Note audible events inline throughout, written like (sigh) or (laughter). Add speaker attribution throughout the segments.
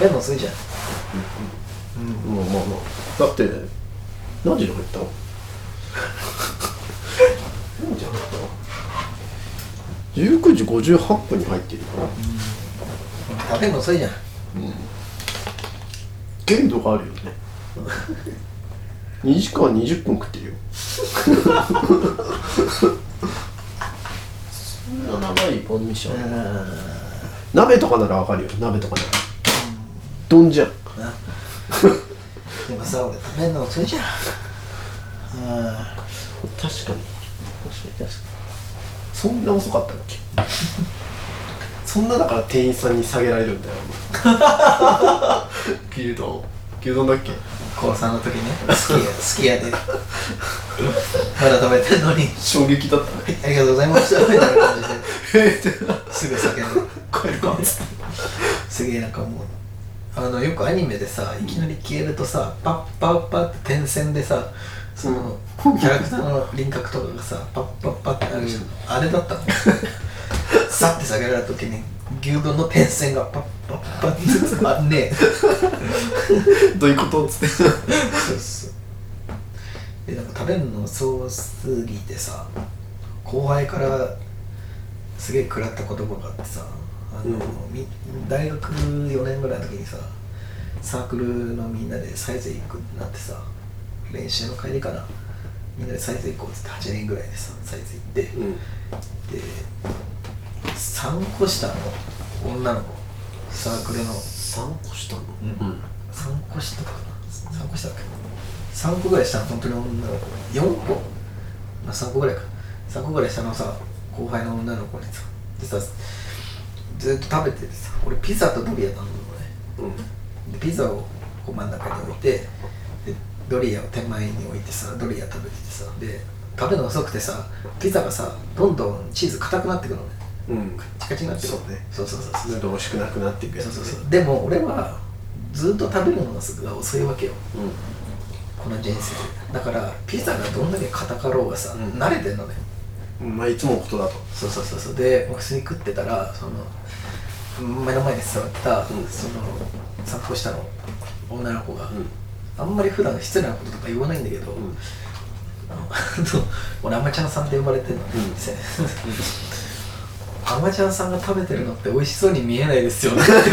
Speaker 1: べんの遅いじゃん
Speaker 2: まあまあまあだって何時とか行った (laughs) の何時入ったの19時58分に入っているから
Speaker 1: 食べんの遅いじゃん
Speaker 2: 限度があるよね2時間20分食ってるよそんな長いボンミッション鍋とかならわかるよ鍋とかなら丼じゃん
Speaker 1: でもさ俺食べんの遅いじゃんあ
Speaker 2: 確かにそんな遅かったっけ (laughs) そんなだから店員さんに下げられるんだよ (laughs) 牛丼牛丼だっけ
Speaker 1: ー高3の時ねすき家すき家で (laughs) まだ食べてんのに
Speaker 2: 衝撃だったね (laughs)
Speaker 1: ありがとうございま (laughs) したみたいな感じで
Speaker 2: えって
Speaker 1: すぐ叫んで
Speaker 2: 帰るかっつって
Speaker 1: すげえなんかもうあのよくアニメでさいきなり消えるとさパッパッパッって点線でさそのキャラクターの輪郭とかがさパッパッパってあるじゃんあれだったの (laughs) さって下げられた時に牛丼の点線がパッパッパッってあんねえ
Speaker 2: どういうことっつって
Speaker 1: そうそうでなんか食べるのそうすぎてさ後輩からすげえ食らった言葉があってさあの、
Speaker 2: う
Speaker 1: み大学4年ぐらいの時にさサークルのみんなでサイズ行くってなってさ練習の帰りかなみんなでサイズ行こうっつって8人ぐらいでさサイズ行ってで
Speaker 2: うん
Speaker 1: 3個下の女の子サークルの
Speaker 2: 3個したの
Speaker 1: うん3個下とかかな3個下だっけ3個ぐらい下の本当に女の子4個、まあ、3個ぐらいか3個ぐらい下のさ後輩の女の子にさでさずっと食べててさ俺ピザとドリア頼むのね
Speaker 2: うん
Speaker 1: でピザをこう真ん中に置いてでドリアを手前に置いてさドリア食べててさで食べるの遅くてさピザがさどんどんチーズ硬くなってくのね
Speaker 2: うん
Speaker 1: カチカチになってくる
Speaker 2: そうね
Speaker 1: そうそうそうそう
Speaker 2: それで美味しくなくなっていくやつ
Speaker 1: そう
Speaker 2: ね
Speaker 1: そうそうでも俺はずっと食べるのが遅いわけよこの人生でだからピザがどんだけ硬かろうがさ、
Speaker 2: うん
Speaker 1: 慣れてんのね
Speaker 2: うんまあいつものことだと
Speaker 1: そうそうそうそうで普通に食ってたらその目の前に座った、
Speaker 2: うん
Speaker 1: その散歩したの女の子が、
Speaker 2: うん
Speaker 1: あんまり普段失礼なこととか言わないんだけど、
Speaker 2: うん
Speaker 1: あの (laughs) 俺あまちゃんさんって呼ばれてるのね、
Speaker 2: うん
Speaker 1: (laughs) せあまちゃんさんが食べてるのって美味しそうに見えないですよねって言って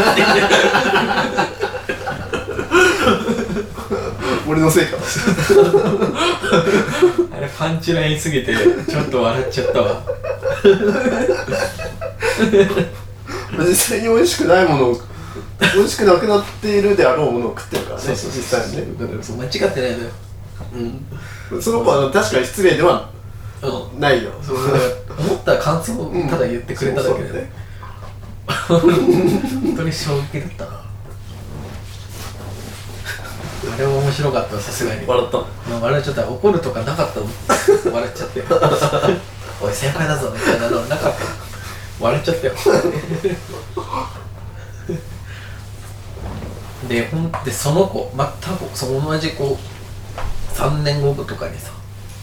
Speaker 2: 俺のせいか
Speaker 1: (laughs) あれパンチラインすぎてちょっと笑っちゃったわ
Speaker 2: (laughs) 実際に美味しくないものを美味しくなくなっているであろうものを食ってるからね実際にね
Speaker 1: だからそう間違ってないのよ
Speaker 2: うんその子は確かに失礼では
Speaker 1: うん
Speaker 2: ないよ
Speaker 1: そう思った感想をただ言ってくれただけ
Speaker 2: そうそう
Speaker 1: で
Speaker 2: ね
Speaker 1: 本当に衝撃だったなあれも面白かったわさすがに、ま
Speaker 2: 笑ったの
Speaker 1: あ、笑っちゃった怒るとかなかったもん笑っちゃっておい先輩だぞみたいなのなかった笑っちゃったよでほんでその子またその同じ子3年後とかにさ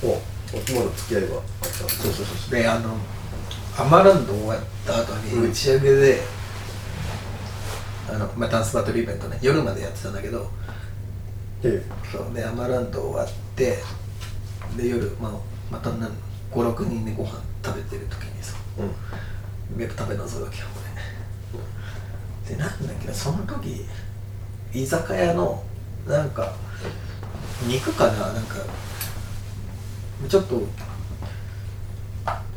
Speaker 2: お今の付き合いはあったそうそうそ
Speaker 1: であのアマランド終わった後に
Speaker 2: うん
Speaker 1: 打ち上げで、あのまあ、ダンスバトルイベントね夜までやってたんだけど
Speaker 2: で
Speaker 1: そうでアマランド終わってで夜、まあ、またなん56人でご飯食べてる時にさ
Speaker 2: うん
Speaker 1: やっぱ食べなぞるわけよ俺でなんだっけどその時居酒屋のなんか肉かななんかちょっと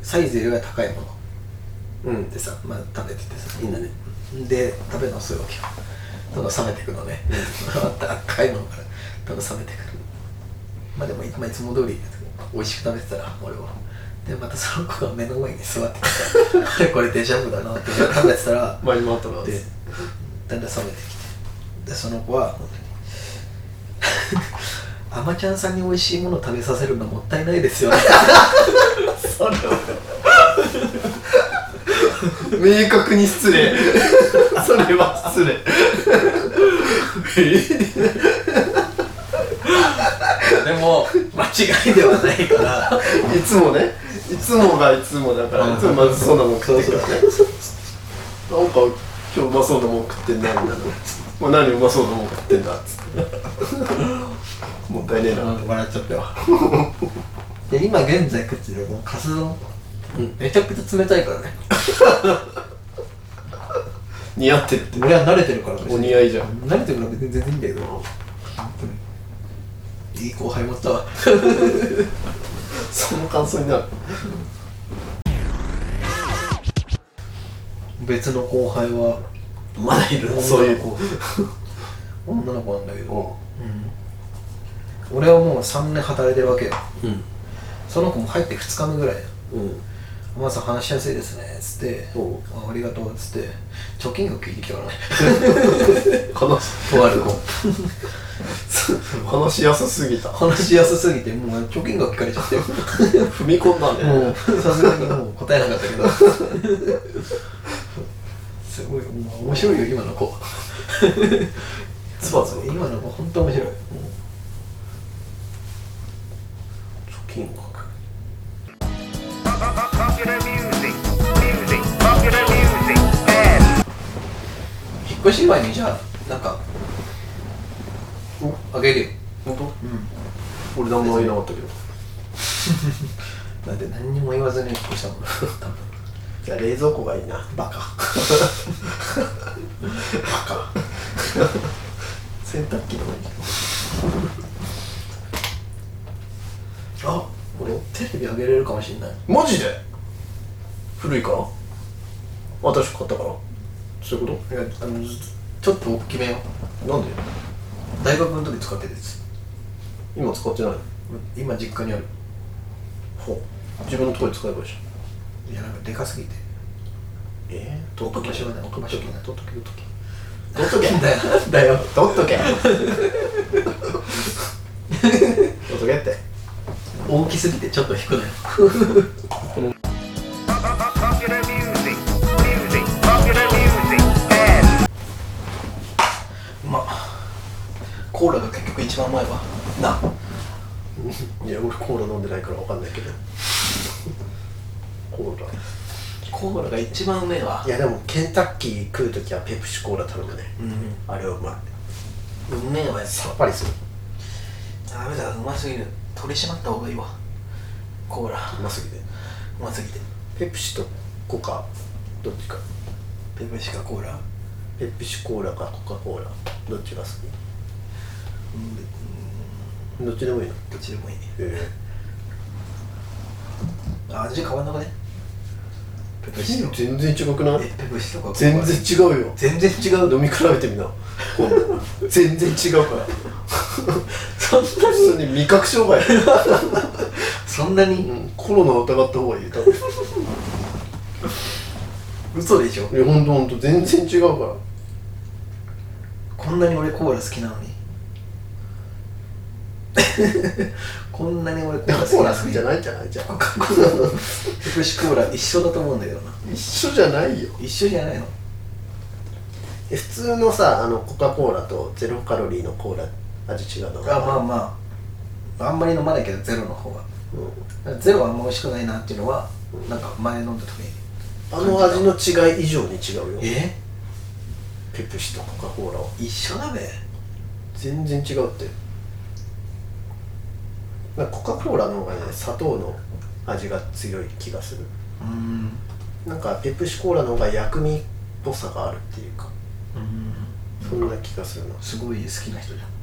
Speaker 1: サイズよりは高いもの
Speaker 2: うん
Speaker 1: でさ、まあ、食べててさみんなで、で食べるのするわけよどんどん冷めてくのね (laughs) また赤いものからどんどん冷めてくるまあでもい,、まあ、いつも通り美味しく食べてたら俺はでまたその子が目の前に座って (laughs) きてあれこれデジャブだなって食べてたら
Speaker 2: 前にもあったな
Speaker 1: でだんだん冷めてきてでその子は (laughs) 「あまちゃんさんに美味しいもの食べさせるのもったいないですよね」
Speaker 2: それは明確に失礼 (laughs) それは失礼
Speaker 1: でも (laughs) 間違いではないから
Speaker 2: いつもねいつもがいつもだからいつもまず (laughs) そうなもん食ってるからねなんか今日うまそうなもん食ってんなみたいなもう何うまそうなもん買ってんだっ (laughs) つってもったいねえな
Speaker 1: うん笑っちゃったよ (laughs) で今現在食ってるこのカツ丼、
Speaker 2: うん
Speaker 1: めちゃくちゃ冷たいからね
Speaker 2: 似合ってるって
Speaker 1: 俺は慣れてるから別
Speaker 2: お
Speaker 1: に
Speaker 2: 似合いじゃん
Speaker 1: 慣れてるから別に全然いいんだけど本当にいい後輩持ったわ
Speaker 2: その感想になる
Speaker 1: 別の後輩は
Speaker 2: まだいるそういう子
Speaker 1: 女の子 (laughs) なんだけど、
Speaker 2: う
Speaker 1: うん、俺はもう3年働いてるわけよ
Speaker 2: ん
Speaker 1: その子も入って2日目ぐらいだよ
Speaker 2: うん
Speaker 1: 「お前さん話しやすいですね」っつって
Speaker 2: おう
Speaker 1: 「あありがとう」っつって貯金額聞いてきたからね
Speaker 2: 悲し
Speaker 1: (laughs) とある子
Speaker 2: 話しやすすぎた
Speaker 1: 話しやすすぎてもう貯金額聞かれちゃって
Speaker 2: 踏み込んだ
Speaker 1: も
Speaker 2: ね
Speaker 1: うさすがにもう答えなかったけどすごいもう面白いよ今の子
Speaker 2: つばつば
Speaker 1: 今の子本当面白い
Speaker 2: 貯金額
Speaker 3: Popular music, music, popular music, and
Speaker 1: 引っ越し前にじゃあなんかあげるよ
Speaker 2: 本当俺何も言えなかったけど
Speaker 1: だって何にも言わずに引っ越したもん多分
Speaker 2: じゃあ冷蔵庫がいいな
Speaker 1: バカバカ
Speaker 2: 洗濯機の方がいい
Speaker 1: あ俺テレビあげれるかもしんない
Speaker 2: マジで古いから私買ったからそういうこ
Speaker 1: いやあのちょっと大きめよ
Speaker 2: となんで
Speaker 1: 大学の時使ってたやつ
Speaker 2: 今使ってないの
Speaker 1: 今実家にある
Speaker 2: ほう自分のとこで使えばいいじゃん
Speaker 1: いやなんかでかすぎて
Speaker 2: えー、どっとけ
Speaker 1: 置く場所がない置く場所がない
Speaker 2: どっとけどっとけどっとけ
Speaker 1: だよ (laughs) だよ
Speaker 2: どっとけどっとけって
Speaker 1: 大きすぎてちょっと引くのよ
Speaker 3: popular music, music, popular music, and
Speaker 1: (laughs) まあコーラが結局一番前はない
Speaker 2: や俺コーラ飲んでないからわかんないけどコーラ
Speaker 1: コーラが一番うめえわ
Speaker 2: いやでもケンタッキー食うときはペプシコーラ頼むね
Speaker 1: うん
Speaker 2: あれはうまいう
Speaker 1: めえわやっ
Speaker 2: さっ
Speaker 1: ぱ
Speaker 2: ぱりする
Speaker 1: ダメだうますぎる取り締まった方がいいわコーラ
Speaker 2: うますぎて
Speaker 1: うますぎて
Speaker 2: ペプシとコカどっちか
Speaker 1: ペプシかコーラ
Speaker 2: ペプシコーラかコカ・コーラどっちが好
Speaker 1: うん
Speaker 2: きどっちでもいいの
Speaker 1: どっちでもいい
Speaker 2: え
Speaker 1: 味変わんなくねペプシと
Speaker 2: 全然違くな
Speaker 1: え
Speaker 2: い
Speaker 1: ペプシとかコー
Speaker 2: 全
Speaker 1: ラ
Speaker 2: 然違うよ
Speaker 1: 全然違う
Speaker 2: 飲み比べてみな今度全然違うから
Speaker 1: そんな
Speaker 2: 普通に味覚障害、
Speaker 1: そんな
Speaker 2: う
Speaker 1: に
Speaker 2: ん、コロナを疑った方がいい多分
Speaker 1: 嘘でしょ
Speaker 2: いやほんとほんと全然違うから
Speaker 1: こんなに俺コーラ好きなのに (laughs) こんなに俺コーラ好き
Speaker 2: コーラ好きじゃ
Speaker 1: い
Speaker 2: ないんじゃないじゃん
Speaker 1: ペプシコーラ一緒だと思うんだけどな
Speaker 2: 一緒じゃないよ
Speaker 1: 一緒じゃないの
Speaker 2: え普通のさあのコカ・コーラとゼロカロリーのコーラ味違うの
Speaker 1: あまあまああんまり飲まないけどゼロの方が
Speaker 2: う
Speaker 1: ゼロはあんま美味しくないなっていうのはなんか前飲んだ時に
Speaker 2: ん、あの味の違い以上に違うよ
Speaker 1: え
Speaker 2: ペプシとコカ・コーラは
Speaker 1: 一緒だべ
Speaker 2: 全然違うってなんかコカ・コーラの方がね砂糖の味が強い気がする
Speaker 1: うん
Speaker 2: なんかペプシコーラの方が薬味っぽさがあるっていうか
Speaker 1: うん
Speaker 2: そんな気がするな
Speaker 1: すごい好きな人じゃん